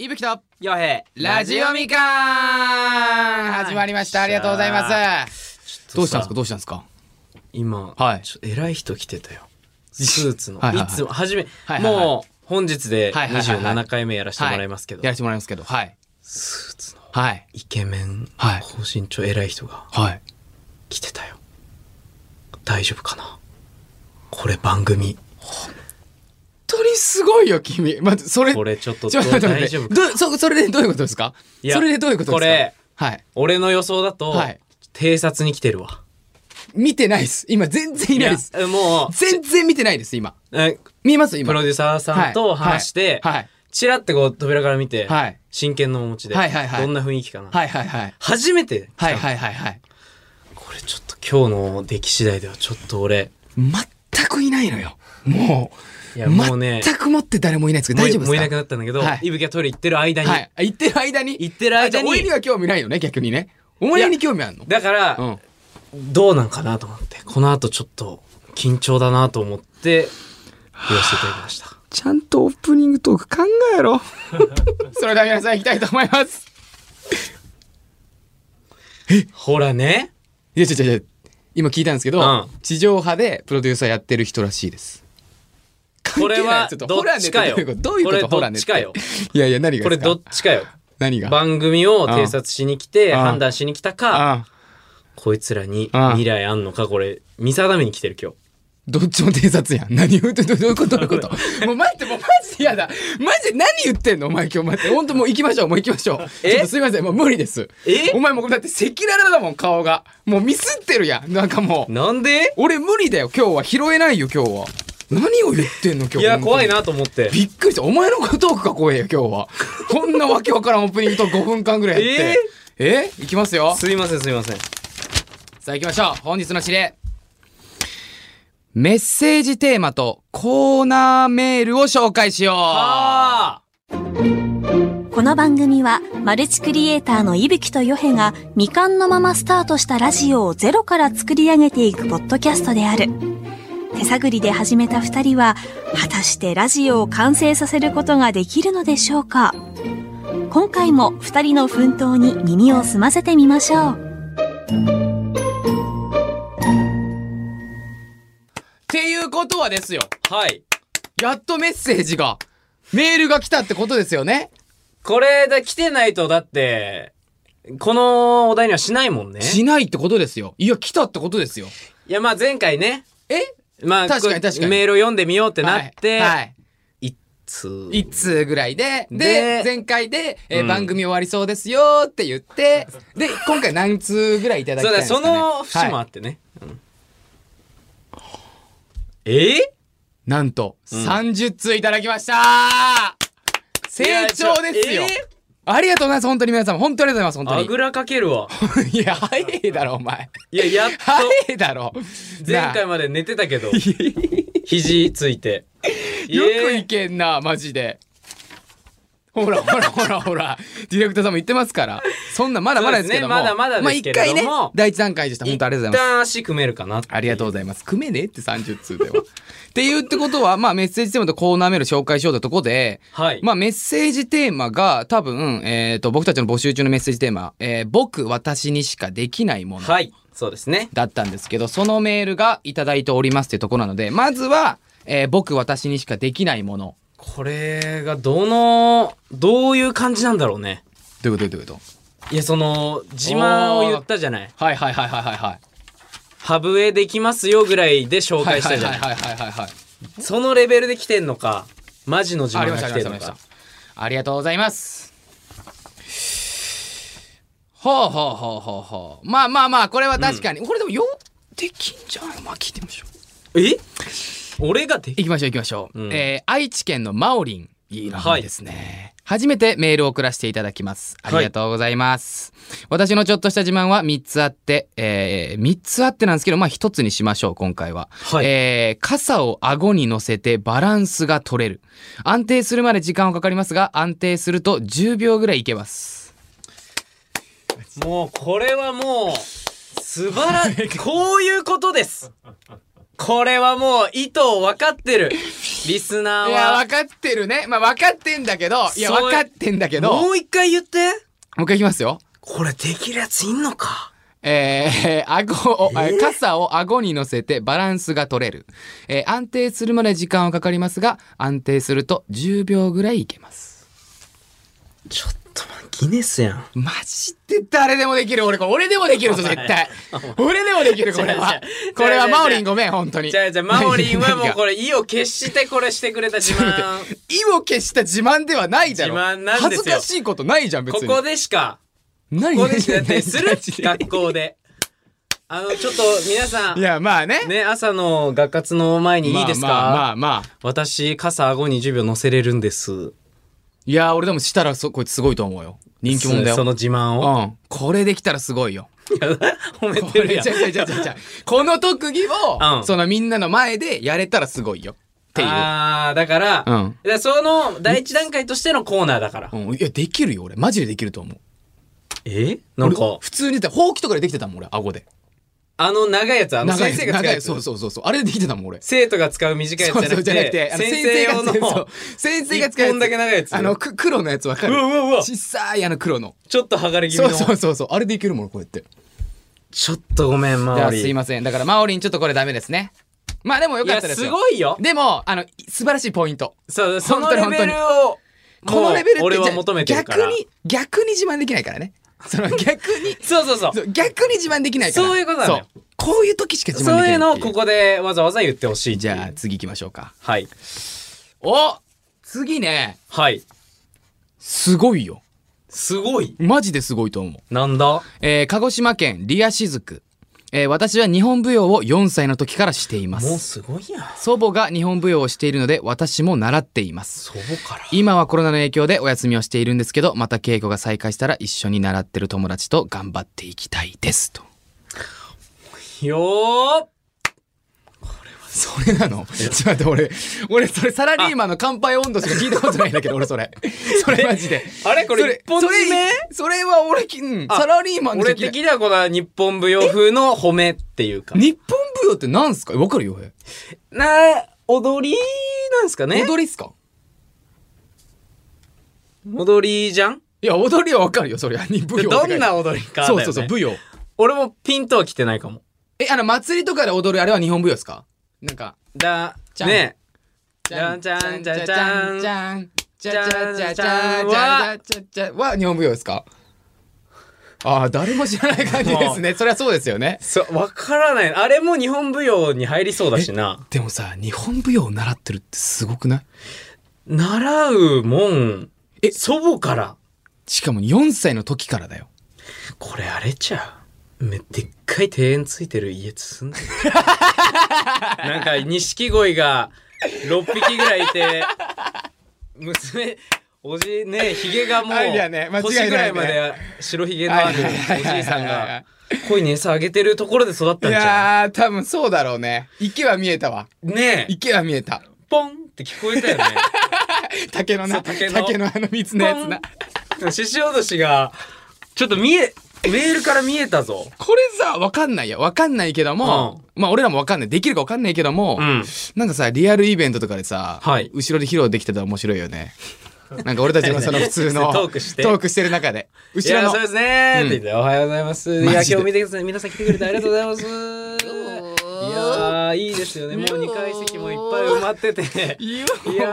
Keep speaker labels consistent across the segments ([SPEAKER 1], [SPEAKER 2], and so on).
[SPEAKER 1] いぶきと
[SPEAKER 2] よへ
[SPEAKER 1] ラジオみかん始まりましたありがとうございますどうしたんですかどうしたんですか
[SPEAKER 2] 今、
[SPEAKER 1] はい
[SPEAKER 2] ちょっと偉い人来てたよスーツの
[SPEAKER 1] はいはい
[SPEAKER 2] い
[SPEAKER 1] はい
[SPEAKER 2] つも初め、
[SPEAKER 1] はいはいはい
[SPEAKER 2] もう本日で
[SPEAKER 1] はいはいはいはい
[SPEAKER 2] 27回目やらせてもらいますけど、
[SPEAKER 1] はいやらせてもらいますけどはい
[SPEAKER 2] スーツの
[SPEAKER 1] はい
[SPEAKER 2] イケメン、
[SPEAKER 1] はい
[SPEAKER 2] 高身長偉い人が
[SPEAKER 1] はい
[SPEAKER 2] 来てたよ大丈夫かなこれ番組
[SPEAKER 1] 本当にすごいよ 君まずそれ
[SPEAKER 2] これちょっと
[SPEAKER 1] ちょっと待って待
[SPEAKER 2] 大
[SPEAKER 1] って
[SPEAKER 2] 丈夫か
[SPEAKER 1] どそそれでどういうことですか
[SPEAKER 2] いや
[SPEAKER 1] それでどういうことですか
[SPEAKER 2] これ
[SPEAKER 1] はい
[SPEAKER 2] 俺の予想だと、
[SPEAKER 1] はい
[SPEAKER 2] 偵察に来てるわ
[SPEAKER 1] 見てないです今全然いないです
[SPEAKER 2] やも
[SPEAKER 1] 全然見てないです今
[SPEAKER 2] うえ
[SPEAKER 1] 見えます今
[SPEAKER 2] プロデューサーさんと話して、
[SPEAKER 1] はい
[SPEAKER 2] チラってこう扉から見て、
[SPEAKER 1] はい
[SPEAKER 2] 真剣の面持ちで、
[SPEAKER 1] はいはいはい
[SPEAKER 2] どんな雰囲気かな、
[SPEAKER 1] はいはいはい
[SPEAKER 2] 初めて
[SPEAKER 1] はいはいはいはい
[SPEAKER 2] これちょっと今日の出来次第ではちょっと俺
[SPEAKER 1] 全くいないのよも
[SPEAKER 2] いうやもうね
[SPEAKER 1] 全くもって誰もいないんですけど大丈夫ですか
[SPEAKER 2] 燃えなくなったんだけど、
[SPEAKER 1] はい
[SPEAKER 2] い、ぶきがトイレ行ってる間に、
[SPEAKER 1] はい。言ってる間に。
[SPEAKER 2] 行ってる間に
[SPEAKER 1] あじゃあ俺には興味ないよね、逆にね。お前に興味あるの
[SPEAKER 2] だから、
[SPEAKER 1] うん。
[SPEAKER 2] どうなんかなと思ってこの後ちょっと緊張だなと思って言わせていただきました
[SPEAKER 1] ちゃんとオープニングトーク考え ろ。それでは皆さん行きたいと思います。
[SPEAKER 2] ほらね
[SPEAKER 1] いや、違う違う違う今聞いたんですけど、
[SPEAKER 2] うん
[SPEAKER 1] 地上波でプロデューサーやってる人らしいです。関
[SPEAKER 2] こ
[SPEAKER 1] 係ない
[SPEAKER 2] れは
[SPEAKER 1] ちょっと
[SPEAKER 2] どっちかよ
[SPEAKER 1] ホラーネってどういうことどういうこと
[SPEAKER 2] こ
[SPEAKER 1] ホラ
[SPEAKER 2] れど
[SPEAKER 1] ー
[SPEAKER 2] っ
[SPEAKER 1] ネっ
[SPEAKER 2] ち
[SPEAKER 1] て
[SPEAKER 2] かよ
[SPEAKER 1] いやいや、何が
[SPEAKER 2] こ
[SPEAKER 1] で
[SPEAKER 2] れ
[SPEAKER 1] すか
[SPEAKER 2] どっちかよ
[SPEAKER 1] 何が
[SPEAKER 2] 番組を偵察しに来て
[SPEAKER 1] うん
[SPEAKER 2] 判断しに来たか
[SPEAKER 1] ああ
[SPEAKER 2] こいつらに
[SPEAKER 1] うん
[SPEAKER 2] 未来あんのかこれ見定めに来てる今日
[SPEAKER 1] どっちも偵察やん。何言うてどどういうことどういうこともう待って、もうマジで嫌だ。マジで何言ってんのお前今日待って。ほんともう行きましょう、もう行きましょう。
[SPEAKER 2] え
[SPEAKER 1] ちょっとすいません、もう無理です。
[SPEAKER 2] え
[SPEAKER 1] お前もうだって赤裸々だもん、顔が。もうミスってるやん。なんかもう。
[SPEAKER 2] なんで
[SPEAKER 1] 俺無理だよ、今日は。拾えないよ、今日は。何を言ってんの、今日。
[SPEAKER 2] いや
[SPEAKER 1] 本当に
[SPEAKER 2] 怖い。なと思って
[SPEAKER 1] びっくりした。お前のトークが怖えよ、今日は。こんなわけわからんオープニングと5分間ぐらいやって。ええ行きますよ。
[SPEAKER 2] すいませんすいません
[SPEAKER 1] さあ行きましょう本日の指令メッセージテーマとコーナーメールを紹介しよう
[SPEAKER 2] あ
[SPEAKER 3] この番組はマルチクリエイターの伊吹とヨヘが未完のままスタートしたラジオをゼロから作り上げていくポッドキャストである手探りで始めた二人は果たしてラジオを完成させることができるのでしょうか今回も二人の奮闘に耳を澄ませてみましょう
[SPEAKER 1] っていうことはですよ
[SPEAKER 2] ーはい
[SPEAKER 1] やっとメッセージがメールが来たってことですよね
[SPEAKER 2] これだ、来てないと、だって、このお題にはしないもんね。
[SPEAKER 1] しないってことですよいや来たってことですよ
[SPEAKER 2] いや、まあ前回ね、
[SPEAKER 1] え
[SPEAKER 2] まあ、
[SPEAKER 1] 確かに
[SPEAKER 2] こう
[SPEAKER 1] 確かに
[SPEAKER 2] メールを読んでみようってなって、
[SPEAKER 1] はい、
[SPEAKER 2] い
[SPEAKER 1] はい
[SPEAKER 2] つ、
[SPEAKER 1] 一通ぐらいで、で
[SPEAKER 2] で、
[SPEAKER 1] 前回で、えー
[SPEAKER 2] うん
[SPEAKER 1] 番組終わりそうですよって言って、で、今回何通ぐらいいただき
[SPEAKER 2] そ
[SPEAKER 1] た
[SPEAKER 2] う
[SPEAKER 1] いんで
[SPEAKER 2] だ、
[SPEAKER 1] すか、
[SPEAKER 2] そ
[SPEAKER 1] ね、
[SPEAKER 2] の節もあ
[SPEAKER 1] はい
[SPEAKER 2] ってね。うんえ
[SPEAKER 1] なんと、
[SPEAKER 2] ん
[SPEAKER 1] 30通いただきました成長ですよ、
[SPEAKER 2] いやちょ
[SPEAKER 1] ありがとうございます本当に皆さん本当にありがとうござ
[SPEAKER 2] あ
[SPEAKER 1] います
[SPEAKER 2] ぐらかけ るわ。
[SPEAKER 1] 本当にいや早いだろお前
[SPEAKER 2] いや、やっと、
[SPEAKER 1] 早いだろ
[SPEAKER 2] 前回
[SPEAKER 1] も
[SPEAKER 2] まで寝てたけど、 肘ついて。
[SPEAKER 1] よく
[SPEAKER 2] え
[SPEAKER 1] いけんなマジでほらほらほらほらディレクターさんも言ってますからそんなまだまだですけども
[SPEAKER 2] そうですねまだまだですけれ
[SPEAKER 1] まあ一回
[SPEAKER 2] ども
[SPEAKER 1] ね第一段階でした本当ありがとうございます
[SPEAKER 2] 一旦足組めるかなって
[SPEAKER 1] ありがとうございます。組めねえって30通では。っていうってことは、まあメッセージテーマとコーナーメール紹介しようってとこで、
[SPEAKER 2] はい
[SPEAKER 1] まあメッセージテーマが多分、えっ、と、僕たちの募集中のメッセージテーマ、えー僕、私にしかできないもの
[SPEAKER 2] はい、そうですね。
[SPEAKER 1] だったんですけど、そのメールがいただいておりますっていうところなので、まずは、えー僕、私にしかできないもの。
[SPEAKER 2] これがどの、どういう感じなんだろうね。
[SPEAKER 1] どういうことどういうこ
[SPEAKER 2] いや、その、自慢を言ったじゃない。
[SPEAKER 1] とはいはいはいはいはいはい。
[SPEAKER 2] ハブへできますよぐらいで紹介したじゃない。
[SPEAKER 1] はいはいはいはいはいはい。
[SPEAKER 2] そのレベルで来てんのか、マジの自
[SPEAKER 1] あり
[SPEAKER 2] 慢
[SPEAKER 1] ました
[SPEAKER 2] が
[SPEAKER 1] あ
[SPEAKER 2] 来
[SPEAKER 1] り
[SPEAKER 2] て
[SPEAKER 1] ました
[SPEAKER 2] ん
[SPEAKER 1] あり
[SPEAKER 2] の
[SPEAKER 1] ました
[SPEAKER 2] か。
[SPEAKER 1] ありがとうございますほうほうほうほうほうまあまあまあこれは確かに、これでもよできんじゃないまあ聞いてみましょう
[SPEAKER 2] え俺ができ
[SPEAKER 1] 行きましょう行きましょう、
[SPEAKER 2] うん
[SPEAKER 1] えー愛知県のまおりんいい名前ですね、初めてメールを送らせていただきますありがとうございます、私のちょっとした自慢は3つあって、え3つあってなんですけどまあ1つにしましょう今回は
[SPEAKER 2] はい
[SPEAKER 1] えー傘を顎に乗せてバランスが取れる安定するまで時間はかかりますが安定すると10秒ぐらいいけます
[SPEAKER 2] もう、これはもう、素晴らしい。こういうことです。これはもう、意図を分かってる。リスナ
[SPEAKER 1] い
[SPEAKER 2] ー
[SPEAKER 1] や、
[SPEAKER 2] は
[SPEAKER 1] 分かってるね。まあ、分かってんだけど、いや、
[SPEAKER 2] そう
[SPEAKER 1] 分かってんだけど、も
[SPEAKER 2] も
[SPEAKER 1] う
[SPEAKER 2] う一回言って
[SPEAKER 1] 一回いきますよ。
[SPEAKER 2] これできるやついんのか
[SPEAKER 1] えー、 顎を、えー
[SPEAKER 2] えー
[SPEAKER 1] 傘を顎に乗せてバランスが取れる、えー安定するまで時間はかかりますが、安定すると10秒ぐらいいけます。
[SPEAKER 2] ちょっとまギネスやん
[SPEAKER 1] マジで誰でもできる。俺、これ俺でもできるぞ、絶対。俺でもできる、これは
[SPEAKER 2] 違う違う。
[SPEAKER 1] これは、
[SPEAKER 2] 違う違う
[SPEAKER 1] マオリンごめん、本当に。
[SPEAKER 2] じゃあじゃあマオリンはもう
[SPEAKER 1] れ。
[SPEAKER 2] これ意を決してこれしてくれた自慢
[SPEAKER 1] 意を消した自慢ではないだろ。
[SPEAKER 2] 自慢なんで
[SPEAKER 1] 恥
[SPEAKER 2] すよ
[SPEAKER 1] ずかしいことないじ ゃん、別
[SPEAKER 2] こ
[SPEAKER 1] に。
[SPEAKER 2] こでしかこ
[SPEAKER 1] 何
[SPEAKER 2] こでしかやってする
[SPEAKER 1] 何
[SPEAKER 2] 学校であのちょっと皆さ
[SPEAKER 1] い
[SPEAKER 2] ん
[SPEAKER 1] や、まあね。
[SPEAKER 2] ね朝の学活の前にいいですか、
[SPEAKER 1] まあまあまあまあ。
[SPEAKER 2] 私傘顎に10秒乗せれるんです
[SPEAKER 1] いや、俺でもしたらそ、こいつすごいと思うよ。人気者だよ。
[SPEAKER 2] そその自慢を
[SPEAKER 1] うん。これできたらすごいよ。
[SPEAKER 2] いや 褒め
[SPEAKER 1] こ
[SPEAKER 2] てる
[SPEAKER 1] れ、
[SPEAKER 2] やん
[SPEAKER 1] ちゃちゃちゃちゃちゃ。この特技を、
[SPEAKER 2] うん
[SPEAKER 1] そのみんなの前でやれたらすごいよ。っていう。
[SPEAKER 2] ああだから,、
[SPEAKER 1] うん
[SPEAKER 2] だからその第一段階としてのコーナーだから、
[SPEAKER 1] うん、いや、できるよ、俺。マジでできると思う。
[SPEAKER 2] えなん
[SPEAKER 1] 俺
[SPEAKER 2] か
[SPEAKER 1] 普通にだって、ほうきとかでできてたもん、俺、顎で。
[SPEAKER 2] あの長いやつあの先生が使う
[SPEAKER 1] 長
[SPEAKER 2] や
[SPEAKER 1] い。
[SPEAKER 2] つ
[SPEAKER 1] そうそうそうそう。あれでできてたもん、俺。
[SPEAKER 2] 生徒が使う短いやつ
[SPEAKER 1] そう
[SPEAKER 2] じゃ
[SPEAKER 1] そ
[SPEAKER 2] な
[SPEAKER 1] う
[SPEAKER 2] く
[SPEAKER 1] じゃなくて、
[SPEAKER 2] て
[SPEAKER 1] あの
[SPEAKER 2] 先生用の
[SPEAKER 1] 先生そう先生が使うやつ
[SPEAKER 2] 一本だけ長いやつ
[SPEAKER 1] あの、く黒のやつわかる
[SPEAKER 2] うわうわうわ
[SPEAKER 1] 小さいあの黒の。
[SPEAKER 2] ちょっと剥がれ気味
[SPEAKER 1] そう
[SPEAKER 2] の
[SPEAKER 1] そうそうそう。あれでいけるもん、こうやって。
[SPEAKER 2] ちょっとごめん
[SPEAKER 1] じゃ
[SPEAKER 2] マ
[SPEAKER 1] あ
[SPEAKER 2] オリ
[SPEAKER 1] すいません。だから、マオリンちょっとこれダメですね。まあでもよ
[SPEAKER 2] い
[SPEAKER 1] かっ
[SPEAKER 2] や
[SPEAKER 1] たです
[SPEAKER 2] す
[SPEAKER 1] よ。
[SPEAKER 2] ごいよ
[SPEAKER 1] でも、あの、素晴らしいポイント。
[SPEAKER 2] そうその
[SPEAKER 1] 本当に
[SPEAKER 2] レ
[SPEAKER 1] 本当に
[SPEAKER 2] ベルを
[SPEAKER 1] このレベルって
[SPEAKER 2] もう俺は求めてるから
[SPEAKER 1] 逆に、逆に自慢できないからね。そ の逆に、
[SPEAKER 2] そうそうそう
[SPEAKER 1] そう逆に自慢できないから。
[SPEAKER 2] そういうことなのよ
[SPEAKER 1] そうこういう時しか自慢
[SPEAKER 2] そ
[SPEAKER 1] でき
[SPEAKER 2] う
[SPEAKER 1] ないいっていう
[SPEAKER 2] のをここでわざわざ言ってほしいって
[SPEAKER 1] じ
[SPEAKER 2] いう
[SPEAKER 1] ゃあ次行きましょうか。
[SPEAKER 2] はい
[SPEAKER 1] お次ね、
[SPEAKER 2] はい
[SPEAKER 1] すごいよ。
[SPEAKER 2] すごい
[SPEAKER 1] マジですごいと思う。
[SPEAKER 2] なんだ
[SPEAKER 1] えー鹿児島県リアしずく。えー私は日本舞踊を4歳の時からしていま
[SPEAKER 2] もう
[SPEAKER 1] す。
[SPEAKER 2] すごいやん
[SPEAKER 1] 祖母が日本舞踊をしているので私も習っています。
[SPEAKER 2] 祖母から
[SPEAKER 1] 今はコロナの影響でお休みをしているんですけどまた稽古が再開したら一緒に習ってる友達と頑張っていきたいですと
[SPEAKER 2] よー
[SPEAKER 1] それなのちょっと待って俺俺それサラリーマンの乾杯温度しか聞いたことないんだけど俺それそれマジで
[SPEAKER 2] あれこ
[SPEAKER 1] そ
[SPEAKER 2] れ一本
[SPEAKER 1] それ
[SPEAKER 2] 締め
[SPEAKER 1] それは俺き、うん、
[SPEAKER 2] あ
[SPEAKER 1] サラリーマンの
[SPEAKER 2] 俺
[SPEAKER 1] 時
[SPEAKER 2] 的にはこの日本舞踊風の褒めっていうか。
[SPEAKER 1] 日本舞踊ってなんすかわかるよ俺
[SPEAKER 2] な、踊りなんすかね
[SPEAKER 1] 踊りっすか
[SPEAKER 2] 踊りじゃん
[SPEAKER 1] いや踊りはわかるよそれは日本舞踊って書
[SPEAKER 2] ど
[SPEAKER 1] いて
[SPEAKER 2] んな踊りかだよ、
[SPEAKER 1] そう
[SPEAKER 2] ね。
[SPEAKER 1] そうそう舞踊
[SPEAKER 2] 俺もピンとは来てないかも。
[SPEAKER 1] えあの祭りとかで踊るあれは日本舞踊ですかなんか
[SPEAKER 2] だ
[SPEAKER 1] じ、ゃん
[SPEAKER 2] ね
[SPEAKER 1] じゃんじゃんじゃんじゃんじゃんじゃんじゃんじゃんじゃんじゃんは日本舞踊ですかああ誰も知らない感じですねそれはそうですよね
[SPEAKER 2] え。そう、わからない。あれも日本舞踊に入りそうだしな。
[SPEAKER 1] でもさ日本舞踊を習ってるってすごくない
[SPEAKER 2] 習うもん。
[SPEAKER 1] え
[SPEAKER 2] え、祖母から。
[SPEAKER 1] しかも4歳の時からだよ
[SPEAKER 2] これあれちゃう。めでっかい庭園ついてる家包ん でるなんか錦鯉が6匹ぐらいいて娘おじねひげがもう
[SPEAKER 1] あいやね間違いないね
[SPEAKER 2] 腰ぐらいまで白ひげのあるおじいさんが鯉に餌あげてるところで育っ
[SPEAKER 1] い
[SPEAKER 2] たんじゃ
[SPEAKER 1] やー多分そうだろうね池は見えたわ
[SPEAKER 2] んねえ
[SPEAKER 1] 池は見えた
[SPEAKER 2] ポンって聞こえ たよね
[SPEAKER 1] 竹の
[SPEAKER 2] そ
[SPEAKER 1] な
[SPEAKER 2] う竹
[SPEAKER 1] 竹
[SPEAKER 2] の
[SPEAKER 1] のあの水のやつな
[SPEAKER 2] 獅子落としがちょっと見えメールから見えたぞ
[SPEAKER 1] これさわかんないよわかんないけどもまあ俺らもわかんないできるかわかんないけども、
[SPEAKER 2] うん
[SPEAKER 1] なんかさ、リアルイベントとかでさ、
[SPEAKER 2] はい
[SPEAKER 1] 後ろで披露できてたら面白いよね。なんか俺たちのそ の普通の
[SPEAKER 2] トークして
[SPEAKER 1] トークしてる中で。後ろ
[SPEAKER 2] いや
[SPEAKER 1] の
[SPEAKER 2] そう。ですね、って言っておはようございます。い
[SPEAKER 1] マ
[SPEAKER 2] や
[SPEAKER 1] ジで
[SPEAKER 2] 今日見てください皆さん来てくれてありがとうございます。いやーいいですよねもう2階席もいっぱい埋まってて。
[SPEAKER 1] い
[SPEAKER 2] い
[SPEAKER 1] や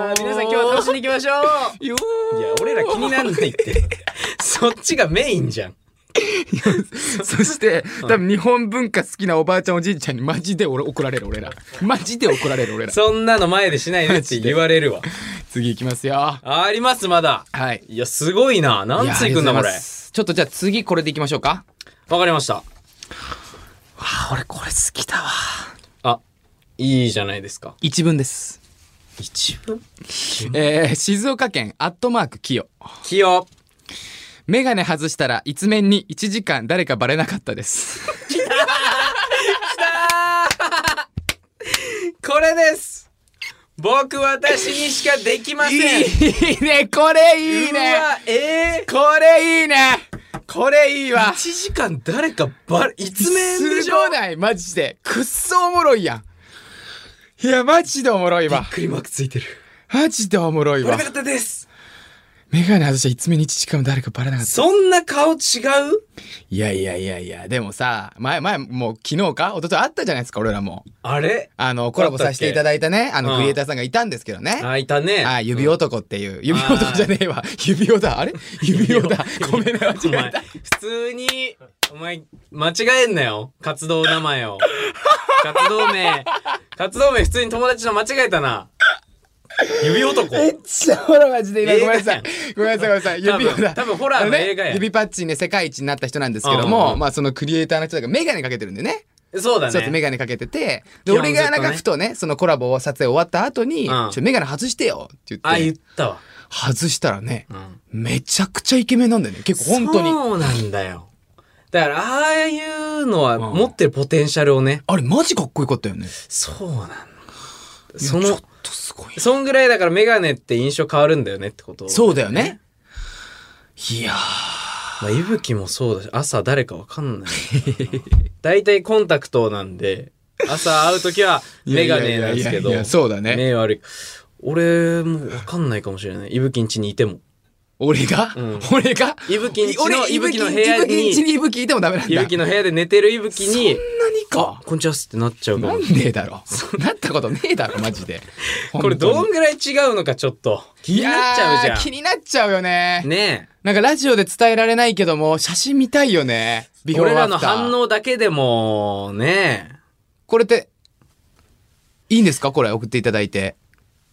[SPEAKER 2] やー皆さん今日は楽しんでいきましょ
[SPEAKER 1] いよ
[SPEAKER 2] う。いや俺ら気になんないって。 そっちがメインじゃん。
[SPEAKER 1] そして、多分日本文化好きなおばあちゃんおじいちゃんにマジで俺怒られる俺ら。マジで怒られる俺ら。
[SPEAKER 2] そんなの前でしないでって言われるわ。
[SPEAKER 1] 次行きますよ。
[SPEAKER 2] ありますまだ。
[SPEAKER 1] はい。
[SPEAKER 2] いやすごいな何
[SPEAKER 1] いやあ
[SPEAKER 2] ついくんだ
[SPEAKER 1] りがとうご
[SPEAKER 2] こ
[SPEAKER 1] ざ
[SPEAKER 2] れ
[SPEAKER 1] いま。すちょっとじゃあ次これでいきましょうか。
[SPEAKER 2] わかりました。
[SPEAKER 1] あ、俺これ好きだわ。
[SPEAKER 2] あいいじゃないですか。
[SPEAKER 1] 一文です。
[SPEAKER 2] 一分。
[SPEAKER 1] えー、静岡県アットマークキヨ。
[SPEAKER 2] 器用。
[SPEAKER 1] メガネ外したら一面に1時間誰かバレなかったです。
[SPEAKER 2] これです僕私にしかできません
[SPEAKER 1] いいね、これいいうね。
[SPEAKER 2] わえ
[SPEAKER 1] これいいね。これいい
[SPEAKER 2] ー、
[SPEAKER 1] わ。
[SPEAKER 2] 1時間誰かバレ一面でしょ
[SPEAKER 1] すごない、マジで。くっそおもろいやん。いや、マジでおもろいわ。
[SPEAKER 2] クリマークついてる。
[SPEAKER 1] マジでおもろい
[SPEAKER 2] バ
[SPEAKER 1] わ
[SPEAKER 2] レな。かったです。
[SPEAKER 1] メガネ外した一目に一時間も誰かバレなかった。
[SPEAKER 2] そんな顔違う
[SPEAKER 1] いやいやいやいや、でもさ、前、前、もう昨日か一昨日あったじゃないですか、俺らも。
[SPEAKER 2] あれ
[SPEAKER 1] あの、コラボさせていただいたね、あ
[SPEAKER 2] うん
[SPEAKER 1] の、クリエイターさんがいたんですけどね。
[SPEAKER 2] あ、いたね。
[SPEAKER 1] あ指
[SPEAKER 2] うん
[SPEAKER 1] 男っていう。指男じゃねえわ。指男だ。あれ指男だ。ごめんな、間
[SPEAKER 2] お
[SPEAKER 1] 違え
[SPEAKER 2] 前
[SPEAKER 1] た。、
[SPEAKER 2] 普通に、お前、間違えんなよ。活動名前を。活動名、活動名普通に友達の間違えたな。指男。
[SPEAKER 1] めっちゃほらマジで今ごめんなさい
[SPEAKER 2] 映画
[SPEAKER 1] ごめんなさいごめんなさい
[SPEAKER 2] 多分
[SPEAKER 1] 指をだ
[SPEAKER 2] 多分ホラーの映画や
[SPEAKER 1] あね指パッチンで世界一になった人なんですけど
[SPEAKER 2] うんうん
[SPEAKER 1] も
[SPEAKER 2] うん
[SPEAKER 1] まあそのクリエイターの人がメガネかけてるんでね
[SPEAKER 2] そうだ
[SPEAKER 1] そうやって
[SPEAKER 2] ね。
[SPEAKER 1] メガネかけてて
[SPEAKER 2] 基
[SPEAKER 1] で
[SPEAKER 2] 本
[SPEAKER 1] 俺がなん
[SPEAKER 2] ずっと
[SPEAKER 1] か
[SPEAKER 2] ね
[SPEAKER 1] ふとねそのコラボを撮影終わった後に「ち
[SPEAKER 2] うん
[SPEAKER 1] ょメガネ外してよ」って
[SPEAKER 2] あ、
[SPEAKER 1] 言
[SPEAKER 2] 言
[SPEAKER 1] っ
[SPEAKER 2] ってたわ。
[SPEAKER 1] 外したらね
[SPEAKER 2] うん。
[SPEAKER 1] めちゃくちゃイケメンなんだよね結構本当に
[SPEAKER 2] そうなんだよ。だから、ああいうのは
[SPEAKER 1] うん
[SPEAKER 2] 持ってるポテンシャルをね。
[SPEAKER 1] あれマジかっこよかったよね
[SPEAKER 2] そうなんだ。
[SPEAKER 1] いや
[SPEAKER 2] そ
[SPEAKER 1] ちょっ
[SPEAKER 2] の、
[SPEAKER 1] とすごい
[SPEAKER 2] そんぐらいだからメガネって印象変わるんだよねってこと。
[SPEAKER 1] そうだよね。いや
[SPEAKER 2] まあ、いぶきもそうだし、朝誰かわ かんないからな。大体コンタクトなんで、朝会うときはメガネなんですけ
[SPEAKER 1] いやいやいやい
[SPEAKER 2] ど
[SPEAKER 1] やいや。そうだね
[SPEAKER 2] 目悪い。俺もわかんないかもしれない。いぶきんちにいても。
[SPEAKER 1] 俺が
[SPEAKER 2] うん
[SPEAKER 1] 俺が
[SPEAKER 2] いぶきんちの、
[SPEAKER 1] 俺
[SPEAKER 2] いぶきの部屋
[SPEAKER 1] いぶきんち
[SPEAKER 2] に、
[SPEAKER 1] にいぶきいてもダメなんだ
[SPEAKER 2] いぶきの部屋で寝てるいぶきに、
[SPEAKER 1] 何か
[SPEAKER 2] こんちはっすってなっちゃうか
[SPEAKER 1] な
[SPEAKER 2] も
[SPEAKER 1] ん。ねえだろなったことねえだろマジで
[SPEAKER 2] これど
[SPEAKER 1] 本
[SPEAKER 2] んぐらい違うのかちょっと。
[SPEAKER 1] 当
[SPEAKER 2] 気になっちゃうじ
[SPEAKER 1] いやー気
[SPEAKER 2] ゃ
[SPEAKER 1] になっちゃうよね
[SPEAKER 2] ん。ね
[SPEAKER 1] なんかラジオで伝えられないけども写真見たいよねビ
[SPEAKER 2] え。
[SPEAKER 1] フォ
[SPEAKER 2] 俺
[SPEAKER 1] ー
[SPEAKER 2] ら
[SPEAKER 1] ア
[SPEAKER 2] の
[SPEAKER 1] フター
[SPEAKER 2] 反応だけでも、ねえ。
[SPEAKER 1] これっていいんですかこれ送っていただいて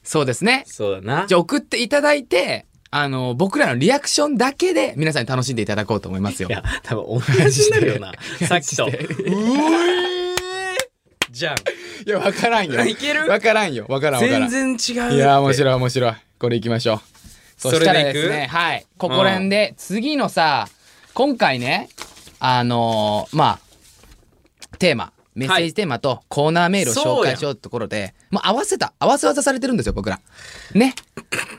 [SPEAKER 1] そうですね
[SPEAKER 2] そうだな
[SPEAKER 1] じ。ゃあ送っていただいてあの僕らのリアクションだけで皆さんに楽しんでいただこうと思いますよ
[SPEAKER 2] いや、多分同じになるよな。さっきと。う
[SPEAKER 1] マジで
[SPEAKER 2] えじゃん。
[SPEAKER 1] いや分からんよ
[SPEAKER 2] いける
[SPEAKER 1] 分からんよ分からん分からん
[SPEAKER 2] 全然違う。
[SPEAKER 1] いやー面白い面白いこれいきましょうそしたらです
[SPEAKER 2] それでい
[SPEAKER 1] ねはいここら辺で次のさ今回ねあのーまあテーマメッセージテーマとコーナーメールを紹介しようってところで、もう合わせた合わせ技されてるんですよ僕らね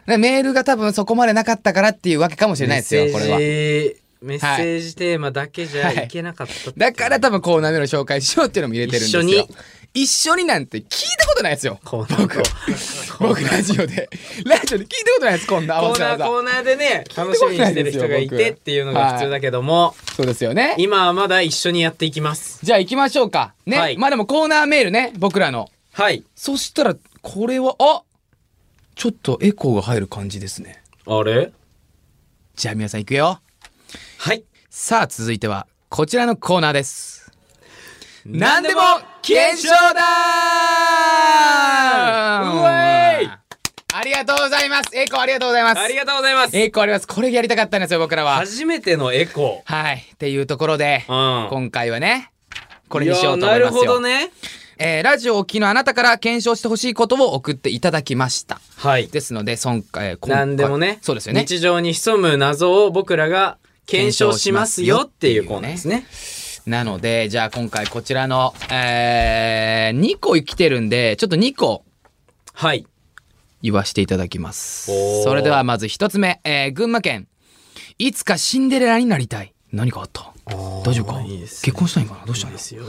[SPEAKER 1] ねメールが多分そこまでなかったからっていうわけかもしれないですよこれは
[SPEAKER 2] メッセージメッセージテーマだけじゃ
[SPEAKER 1] はい
[SPEAKER 2] いけなかったって
[SPEAKER 1] だから多分コーナーメールを紹介しようっていうのも入れてるんですよ
[SPEAKER 2] 一緒に
[SPEAKER 1] 一緒になんて聞いたことないですよ
[SPEAKER 2] コーナー
[SPEAKER 1] 僕僕ラジオでラジオで聞いたことないですこんな合
[SPEAKER 2] コ
[SPEAKER 1] わ
[SPEAKER 2] ー
[SPEAKER 1] せ
[SPEAKER 2] ナー
[SPEAKER 1] 技
[SPEAKER 2] コーナーでね
[SPEAKER 1] 聞いたこ
[SPEAKER 2] 楽し
[SPEAKER 1] と
[SPEAKER 2] みに
[SPEAKER 1] な
[SPEAKER 2] し
[SPEAKER 1] い
[SPEAKER 2] てる
[SPEAKER 1] ですよ
[SPEAKER 2] 人がいてっていうのが普通だけども、
[SPEAKER 1] そうですよね
[SPEAKER 2] 今はまだ一緒にやっていきます
[SPEAKER 1] じゃあ行きましょうか。ね。
[SPEAKER 2] はい
[SPEAKER 1] まあでもコーナーメールね、僕らの。
[SPEAKER 2] はい
[SPEAKER 1] そしたら、これは、あちょっとエコーが入る感じですね。
[SPEAKER 2] あれ
[SPEAKER 1] じゃあ皆さん行くよ。
[SPEAKER 2] はい
[SPEAKER 1] さあ続いては、こちらのコーナーです。
[SPEAKER 2] な
[SPEAKER 1] なんん
[SPEAKER 2] で
[SPEAKER 1] で
[SPEAKER 2] も
[SPEAKER 1] も
[SPEAKER 2] 検
[SPEAKER 1] 検
[SPEAKER 2] 証
[SPEAKER 1] 証
[SPEAKER 2] だ
[SPEAKER 1] だ
[SPEAKER 2] うわーい
[SPEAKER 1] ありがとうございますエコーありがとうございます
[SPEAKER 2] ありがとうございます
[SPEAKER 1] エコーありますこれやりたかったんですよ、僕らは。
[SPEAKER 2] 初めてのエコ
[SPEAKER 1] はい。っていうところで、
[SPEAKER 2] ーうん
[SPEAKER 1] 今回はね、これにしようと思いますよ。
[SPEAKER 2] やなるほどね
[SPEAKER 1] えーラジオをお聞きのあなたから検証してほしいことを送っていただきました。
[SPEAKER 2] はい
[SPEAKER 1] ですので、そんえー今回、
[SPEAKER 2] 何でもね
[SPEAKER 1] そうですよね。
[SPEAKER 2] 日常に潜む謎を僕らが検証しますよっていうコーナーですね
[SPEAKER 1] なので、じゃあ今回こちらの、え2個生きてるんで、ちょっと2個
[SPEAKER 2] はい
[SPEAKER 1] 言わせていただきます
[SPEAKER 2] おー。
[SPEAKER 1] それではまず1つ目、えー群馬県。いつかシンデレラになりたい。何かあった大丈夫か
[SPEAKER 2] いいですね
[SPEAKER 1] 結婚したいんかなどうしたん
[SPEAKER 2] で
[SPEAKER 1] です
[SPEAKER 2] すよ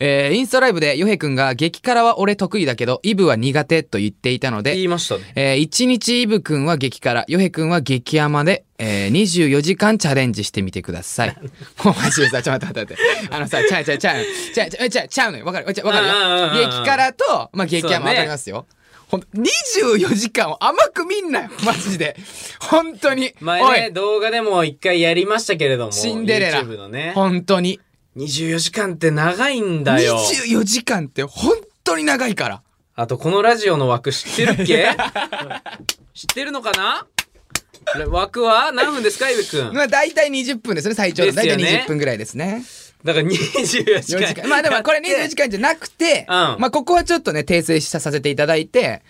[SPEAKER 1] えーインスタライブでヨヘ君が激辛は俺得意だけど、イブは苦手と言っていたので
[SPEAKER 2] 言、いましたね
[SPEAKER 1] えー、1日イブくんは激辛、ヨヘくんは激甘で、えー、24時間チャレンジしてみてください。もうマジでさ、ちょっと待って待って待って。あのさ、ちゃうちゃうちゃう。ちゃうちゃうちゃうちゃうのよ。わかるわかる
[SPEAKER 2] うんうんうんう
[SPEAKER 1] よ。
[SPEAKER 2] ん
[SPEAKER 1] 激辛と、まあ、激
[SPEAKER 2] そう
[SPEAKER 1] 甘
[SPEAKER 2] だね
[SPEAKER 1] わかりますよ。ほんと24時間を甘く見んなよ。マジで。本当に。お
[SPEAKER 2] 前ね
[SPEAKER 1] い。
[SPEAKER 2] 動画でも一回やりましたけれども
[SPEAKER 1] シンデレラ
[SPEAKER 2] YouTube のね
[SPEAKER 1] 本当に。
[SPEAKER 2] 24時間って長いんだよ
[SPEAKER 1] 24時間って本当に長いから。
[SPEAKER 2] あとこのラジオの枠知ってる っけ知ってるのかな枠は何分ですかイブくん
[SPEAKER 1] まあ、大体20分ですね、最長。
[SPEAKER 2] です
[SPEAKER 1] 大
[SPEAKER 2] よ
[SPEAKER 1] 体
[SPEAKER 2] ね
[SPEAKER 1] 20分ぐらいですね。
[SPEAKER 2] だから24
[SPEAKER 1] 4時
[SPEAKER 2] 時間
[SPEAKER 1] 間まあでもこれ24時間じゃなくて、
[SPEAKER 2] うん
[SPEAKER 1] まあここはちょっとね訂正させていただいて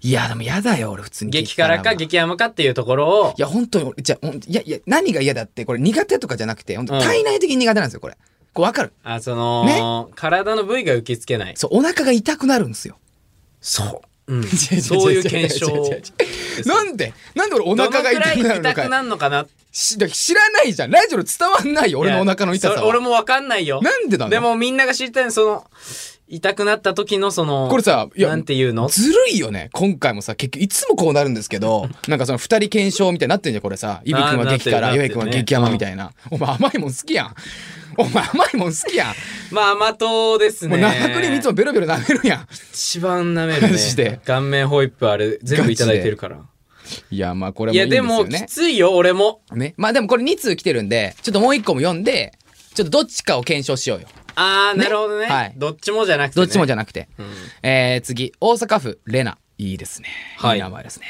[SPEAKER 1] いやでも嫌だよ俺普通に
[SPEAKER 2] 激辛か
[SPEAKER 1] は
[SPEAKER 2] 激甘かっていうところを
[SPEAKER 1] いや本当に俺じゃあほんいやいや何が嫌だってこれ苦手とかじゃなくて本
[SPEAKER 2] う
[SPEAKER 1] 当
[SPEAKER 2] ん
[SPEAKER 1] 体内的に苦手なんですよこれこうわかる
[SPEAKER 2] あその、体の部位が受け付けない
[SPEAKER 1] そうお腹が痛くなるんですよ
[SPEAKER 2] そう、うん、
[SPEAKER 1] 違う違う違う
[SPEAKER 2] そういう検証
[SPEAKER 1] 違う違う違うなんでなんで俺お
[SPEAKER 2] どの
[SPEAKER 1] 腹が
[SPEAKER 2] くらい
[SPEAKER 1] 痛くなる
[SPEAKER 2] 痛
[SPEAKER 1] の
[SPEAKER 2] く
[SPEAKER 1] か
[SPEAKER 2] なるのかな
[SPEAKER 1] しだから知らないじゃんラジオで伝わんないよ俺のお腹の痛
[SPEAKER 2] いや
[SPEAKER 1] さ
[SPEAKER 2] それ俺
[SPEAKER 1] は
[SPEAKER 2] もわかんないよ
[SPEAKER 1] なんでなの
[SPEAKER 2] でもみんなが知りたいのはその痛くなった時のその
[SPEAKER 1] これさいや
[SPEAKER 2] なんていうの
[SPEAKER 1] ずるいよね今回もさ結局いつもこうなるんですけ どなんかその二人検証みたいになってんじゃんこれさいびくんは激
[SPEAKER 2] な
[SPEAKER 1] 辛
[SPEAKER 2] ってる
[SPEAKER 1] よえくんは
[SPEAKER 2] なってる
[SPEAKER 1] 激甘みたいな、お前甘いもん好きやんお前甘いもん好きやん、
[SPEAKER 2] まあ甘党です
[SPEAKER 1] もう
[SPEAKER 2] ね
[SPEAKER 1] 生クリームいつもベロベロ舐めるやん
[SPEAKER 2] 一番舐める
[SPEAKER 1] マジで
[SPEAKER 2] ね顔面ホイップあれ全部いただいてるから
[SPEAKER 1] いやまあこれも
[SPEAKER 2] い
[SPEAKER 1] い
[SPEAKER 2] や
[SPEAKER 1] いんです
[SPEAKER 2] でも
[SPEAKER 1] よ
[SPEAKER 2] き
[SPEAKER 1] ね
[SPEAKER 2] ついよ俺も
[SPEAKER 1] ねまあでもこれ2通来てるんでちょっともう一個も読んでちょっとどっちかを検証しようよ
[SPEAKER 2] ああなるほどね
[SPEAKER 1] ねはい
[SPEAKER 2] どっちもじゃなくて、
[SPEAKER 1] ど
[SPEAKER 2] ね、
[SPEAKER 1] っちもじ
[SPEAKER 2] ゃ
[SPEAKER 1] ゃなくて、
[SPEAKER 2] ん
[SPEAKER 1] えー次大阪府レナいいですね、
[SPEAKER 2] はい
[SPEAKER 1] い名前ですね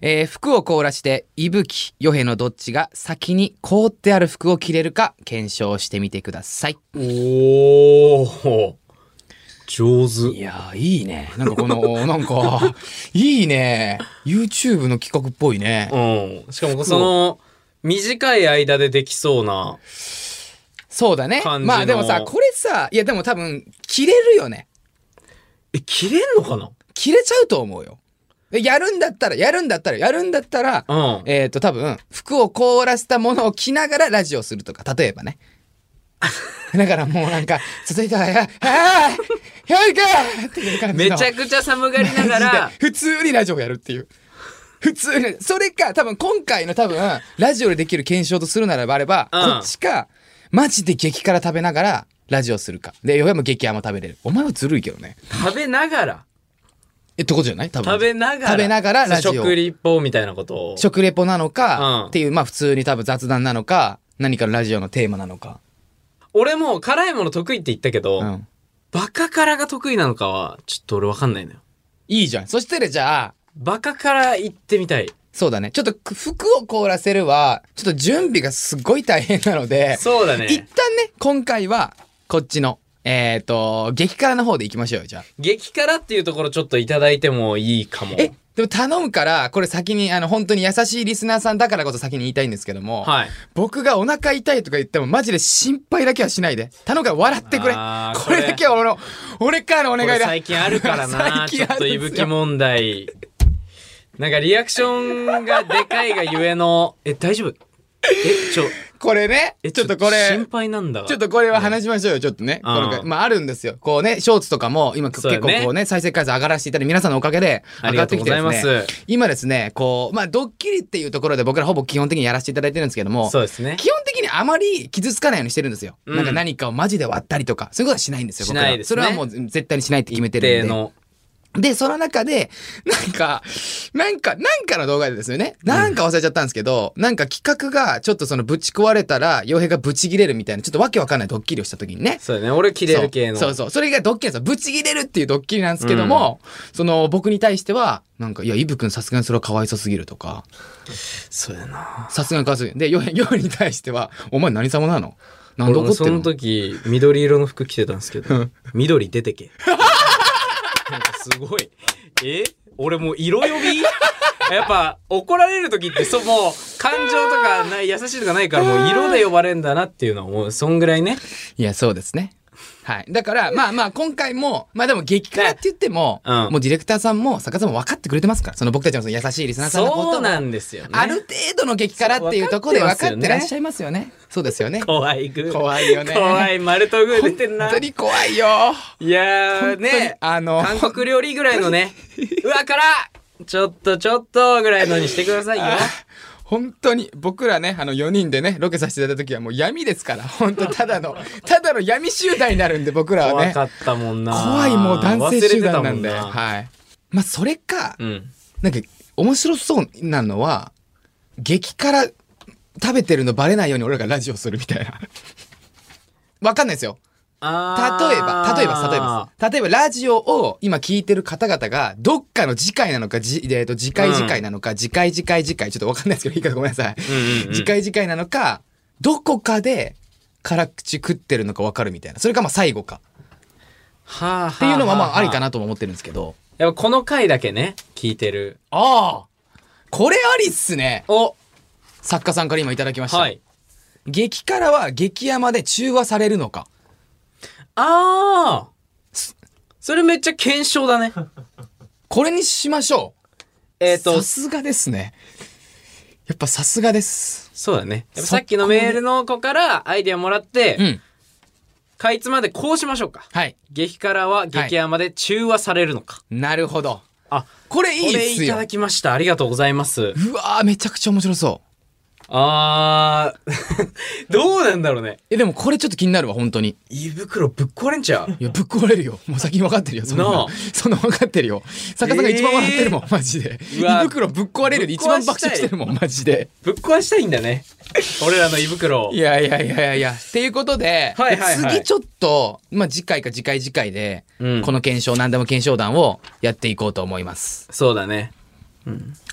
[SPEAKER 1] えー服を凍らして伊吹与平のどっちが先に凍ってある服を着れるか検証してみてください
[SPEAKER 2] おお上手
[SPEAKER 1] いやーいいねなんかこ のなんかいいね YouTube の企画っぽいね、
[SPEAKER 2] うんしかもその短い間でできそうな
[SPEAKER 1] そうだね
[SPEAKER 2] 感じの
[SPEAKER 1] まあでもさこれさいやでも多分着れるよね
[SPEAKER 2] え切れんのかな
[SPEAKER 1] 着れちゃうと思うよでやるんだったらやるんだったらやるんだったら、
[SPEAKER 2] うん
[SPEAKER 1] えっ、と、多分、服を凍らせたものを着ながらラジオするとか、例えばね。 だからもうなんか、続いては、や、あーやいかっていう感じ
[SPEAKER 2] め
[SPEAKER 1] の。
[SPEAKER 2] ちゃくちゃ寒がりなが
[SPEAKER 1] マ
[SPEAKER 2] ら
[SPEAKER 1] ジで普通にラジオやるっていう。普通に、それか、多分今回の多分、ラジオでできる検証とするならばあれば、
[SPEAKER 2] うん
[SPEAKER 1] こっちか、マジで激辛食べながら、ラジオするか。で、よやも激甘食べれる。お前はずるいけどね。
[SPEAKER 2] 食べながら
[SPEAKER 1] え、ってことじゃない多分。
[SPEAKER 2] 食べながら
[SPEAKER 1] 食べながらラジオ
[SPEAKER 2] 食リポみたいなことを
[SPEAKER 1] 食レポなの
[SPEAKER 2] うん
[SPEAKER 1] かっていう、まあ普通に多分雑談なのか何かのラジオのテーマなのか、
[SPEAKER 2] 俺も辛いもの得意って言ったけど、
[SPEAKER 1] うん、
[SPEAKER 2] バカ辛が得意なのかはちょっと俺わかんないのよ
[SPEAKER 1] いいじゃんそしてねじゃあ
[SPEAKER 2] バカ辛行ってみたい
[SPEAKER 1] そうだねちょっと服を凍らせるはちょっと準備がすごい大変なので、
[SPEAKER 2] そうだ
[SPEAKER 1] 一
[SPEAKER 2] ね
[SPEAKER 1] 旦ね今回はこっちのえっ、と激辛の方でいきましょうよじゃあ
[SPEAKER 2] 激辛っていうところちょっといただいてもいいかも
[SPEAKER 1] えでも頼むからこれ先にあの本当に優しいリスナーさんだからこそ先に言いたいんですけども、
[SPEAKER 2] はい
[SPEAKER 1] 僕がお腹痛いとか言ってもマジで心配だけはしないで頼むから笑ってくれ
[SPEAKER 2] あー
[SPEAKER 1] これだけは俺の俺からのお願い
[SPEAKER 2] これ
[SPEAKER 1] だ
[SPEAKER 2] 最近あるからな
[SPEAKER 1] 最
[SPEAKER 2] ち
[SPEAKER 1] 近
[SPEAKER 2] ょっ
[SPEAKER 1] あ
[SPEAKER 2] と
[SPEAKER 1] るんで
[SPEAKER 2] いぶ
[SPEAKER 1] す
[SPEAKER 2] き
[SPEAKER 1] よ
[SPEAKER 2] 問題なんかリアクションがでかいがゆえのえ大丈夫えちょ
[SPEAKER 1] これね
[SPEAKER 2] え
[SPEAKER 1] ちょっとこ
[SPEAKER 2] 心
[SPEAKER 1] れ
[SPEAKER 2] 配なんだが
[SPEAKER 1] ちょっとこれは話しましょうよちょっとね、
[SPEAKER 2] うん
[SPEAKER 1] この回まああるんですよこうねショーツとかも今結
[SPEAKER 2] そうだ
[SPEAKER 1] 構
[SPEAKER 2] ね
[SPEAKER 1] こうね再生回数上がらせていただいて皆さんのおかげで
[SPEAKER 2] あ
[SPEAKER 1] 上
[SPEAKER 2] り
[SPEAKER 1] が
[SPEAKER 2] が
[SPEAKER 1] って
[SPEAKER 2] とう
[SPEAKER 1] き
[SPEAKER 2] ご
[SPEAKER 1] て
[SPEAKER 2] ざ
[SPEAKER 1] で
[SPEAKER 2] い
[SPEAKER 1] す
[SPEAKER 2] ます
[SPEAKER 1] ね今ですねこうまあドッキリっていうところで僕らほぼ基本的にやらせていただいてるんですけども
[SPEAKER 2] そうですね
[SPEAKER 1] 基本的にあまり傷つかないようにしてるんですよ、
[SPEAKER 2] うん
[SPEAKER 1] なんか何かをマジで割ったりとかそういうことはしないんですよ僕ら
[SPEAKER 2] しないですね
[SPEAKER 1] それはもう絶対にしないって決めてる
[SPEAKER 2] で
[SPEAKER 1] んで
[SPEAKER 2] の
[SPEAKER 1] で、その中で、なんか、なんか、なんかの動画でですよね。なんか忘れちゃったんですけど、なんか企画がちょっとそのぶち壊れたら、傭兵がぶち切れるみたいな、ちょっとわけわかんないドッキリをした時にね。
[SPEAKER 2] そうだね俺切れる系の
[SPEAKER 1] そうそうそう。それがドッキリですよ。ぶち切れるっていうドッキリなんですけども、その僕に対しては、なんか、いや、イブ君さすがにそれはかわいそすぎるとか、
[SPEAKER 2] そうやな
[SPEAKER 1] さすがにかわいそうすぎる。で、傭兵、傭兵に対しては、お前何様なのなんで怒
[SPEAKER 2] 俺も
[SPEAKER 1] って
[SPEAKER 2] そ
[SPEAKER 1] ん
[SPEAKER 2] の
[SPEAKER 1] の
[SPEAKER 2] 時緑色の服着てたんですけど緑 出てけなんかすごいえ俺もう色呼びやっぱ怒られる時ってそうもう感情とかない優しいとかないからもう色で呼ばれんだなっていうのはもうそんぐらいね
[SPEAKER 1] いや、そうですね。はい。だから、まあまあ、今回も、まあでも、激辛って言っても、
[SPEAKER 2] うん
[SPEAKER 1] もうディレクターさんも、作家さんも分かってくれてますから、その僕たちのその優しいリスナーさんのことも
[SPEAKER 2] そうなんですよね
[SPEAKER 1] ある程度の激辛っていうところで分か
[SPEAKER 2] そ
[SPEAKER 1] っ
[SPEAKER 2] う分かってます
[SPEAKER 1] て
[SPEAKER 2] よね
[SPEAKER 1] らっしゃいますよね。そうですよね。
[SPEAKER 2] 怖いグー
[SPEAKER 1] 怖いよね
[SPEAKER 2] 怖い丸とグー出てんな
[SPEAKER 1] 本当に怖いよ。
[SPEAKER 2] いや
[SPEAKER 1] 本
[SPEAKER 2] ー
[SPEAKER 1] 当に
[SPEAKER 2] ね
[SPEAKER 1] あの、
[SPEAKER 2] 韓国料理ぐらい のねうわからちょっとちょっとぐらいのにしてくださいよ
[SPEAKER 1] 本当に僕らねあの4人でねロケさせていただいた時はもう闇ですから本当ただ のただの闇集団になるんで僕らは
[SPEAKER 2] 怖
[SPEAKER 1] ね
[SPEAKER 2] かったもんな
[SPEAKER 1] 怖いもう男性集団なんで
[SPEAKER 2] 忘れてたもんな
[SPEAKER 1] はいまあそれか
[SPEAKER 2] うん
[SPEAKER 1] なんか面白そうなのは激辛食べてるのバレないように俺らがラジオするみたいな わかんないですよ例えば例えば例えばです例えばラジオを今聞いてる方々がどっかの次回なのかじ、えー、と次回次回なのか、次回次回次回ちょっとわかんないですけどいいからごめんなさい、
[SPEAKER 2] うんうんうん
[SPEAKER 1] 次回次回なのかどこかで辛口食ってるのかわかるみたいなそれかまあ最後か
[SPEAKER 2] はあ、
[SPEAKER 1] っていうのはまあありか
[SPEAKER 2] な。
[SPEAKER 1] なとも思ってるんですけど
[SPEAKER 2] やっぱこの回だけね、聞いてる。
[SPEAKER 1] ああこれありっすね
[SPEAKER 2] お
[SPEAKER 1] 作家さんから今いただきました、
[SPEAKER 2] はい。
[SPEAKER 1] 激辛は激甘で中和されるのか
[SPEAKER 2] ああそれめっちゃ検証 だね。
[SPEAKER 1] これにしましょう
[SPEAKER 2] えっと
[SPEAKER 1] さ、すがですねやっぱさすがです
[SPEAKER 2] そうだね。やっぱさっきのメールの子からアイディアもらって、
[SPEAKER 1] うん
[SPEAKER 2] かいつまでこうしましょうか。
[SPEAKER 1] はい。
[SPEAKER 2] 激辛は激甘で中和されるのか。
[SPEAKER 1] なるほど。
[SPEAKER 2] あ、
[SPEAKER 1] これい
[SPEAKER 2] こ
[SPEAKER 1] い
[SPEAKER 2] れ
[SPEAKER 1] っ
[SPEAKER 2] い
[SPEAKER 1] す
[SPEAKER 2] た
[SPEAKER 1] よ
[SPEAKER 2] だ。きました。ありがとうございます。
[SPEAKER 1] うわーめちゃくちゃ面白そう。
[SPEAKER 2] あー、 どうなんだろうね。
[SPEAKER 1] え、でもこれちょっと気になるわ、本当に。
[SPEAKER 2] 胃袋ぶっ壊れんちゃう
[SPEAKER 1] いや、ぶっ壊れるよ。もう先に分かってるよ、そんな
[SPEAKER 2] なあ
[SPEAKER 1] の。そんな分かってるよ。作家さんが一番笑ってるもん、マジで。
[SPEAKER 2] うわ
[SPEAKER 1] 胃袋ぶっ壊れるで一番爆笑してるもん、マジで。
[SPEAKER 2] ぶっ壊したいんだね。俺らの胃袋を
[SPEAKER 1] い。やいやいやいやいや。っていうことで、
[SPEAKER 2] はいはいはい
[SPEAKER 1] 次ちょっと、まあ、次回か次回次回で、
[SPEAKER 2] うん
[SPEAKER 1] この検証、何でも検証団をやっていこうと思います。
[SPEAKER 2] そうだね。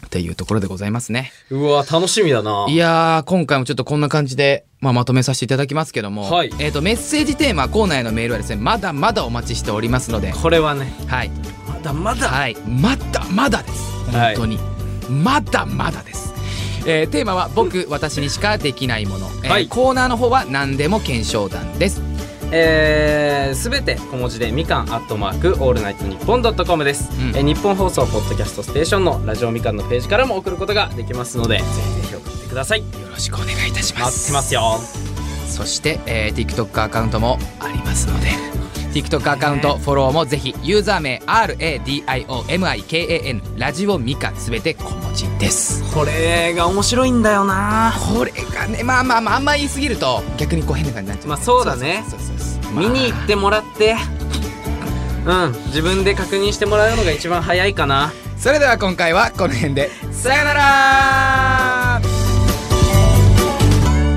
[SPEAKER 1] っていうところでございますね。
[SPEAKER 2] うわ、楽しみだな。
[SPEAKER 1] いやー、今回もちょっとこんな感じで、まあ、まとめさせていただきますけども、
[SPEAKER 2] はい
[SPEAKER 1] えっ、と、メッセージテーマ、コーナーへのメールはですね、まだまだお待ちしておりますので、
[SPEAKER 2] これはね、
[SPEAKER 1] はい。
[SPEAKER 2] まだまだ。
[SPEAKER 1] はい、まだまだです本
[SPEAKER 2] はい
[SPEAKER 1] 当に、まだまだです、えーテーマは「僕私にしかできないもの」えー
[SPEAKER 2] はい
[SPEAKER 1] コーナーの方は「何でも検証団」です
[SPEAKER 2] えー、すべて小文字でみかんアットマークオールナイトニッポンドットコムです、
[SPEAKER 1] うん
[SPEAKER 2] えー日本放送ポッドキャストステーションのラジオみかんのページからも送ることができますのでぜひぜひ送ってください
[SPEAKER 1] よろしくお願いいたしま
[SPEAKER 2] 待っ
[SPEAKER 1] す
[SPEAKER 2] てますよ
[SPEAKER 1] そして、えー TikTok アカウントもありますので TikTok アカウントフォローもぜひユーザー名 RADIOMIKAN ラジオミカすべて小文字です
[SPEAKER 2] これが面白いんだよな
[SPEAKER 1] これがねまあまあまああんま言いすぎると逆にこう変な感じになっちゃう
[SPEAKER 2] まあそうだね
[SPEAKER 1] そうそうそうそう
[SPEAKER 2] 見に行ってもらってうん自分で確認してもらうのが一番早いかな
[SPEAKER 1] それでは今回はこの辺で
[SPEAKER 2] さよなら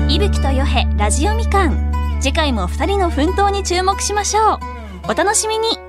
[SPEAKER 3] 伊吹とよへラジオみかん次回も2人の奮闘に注目しましょうお楽しみに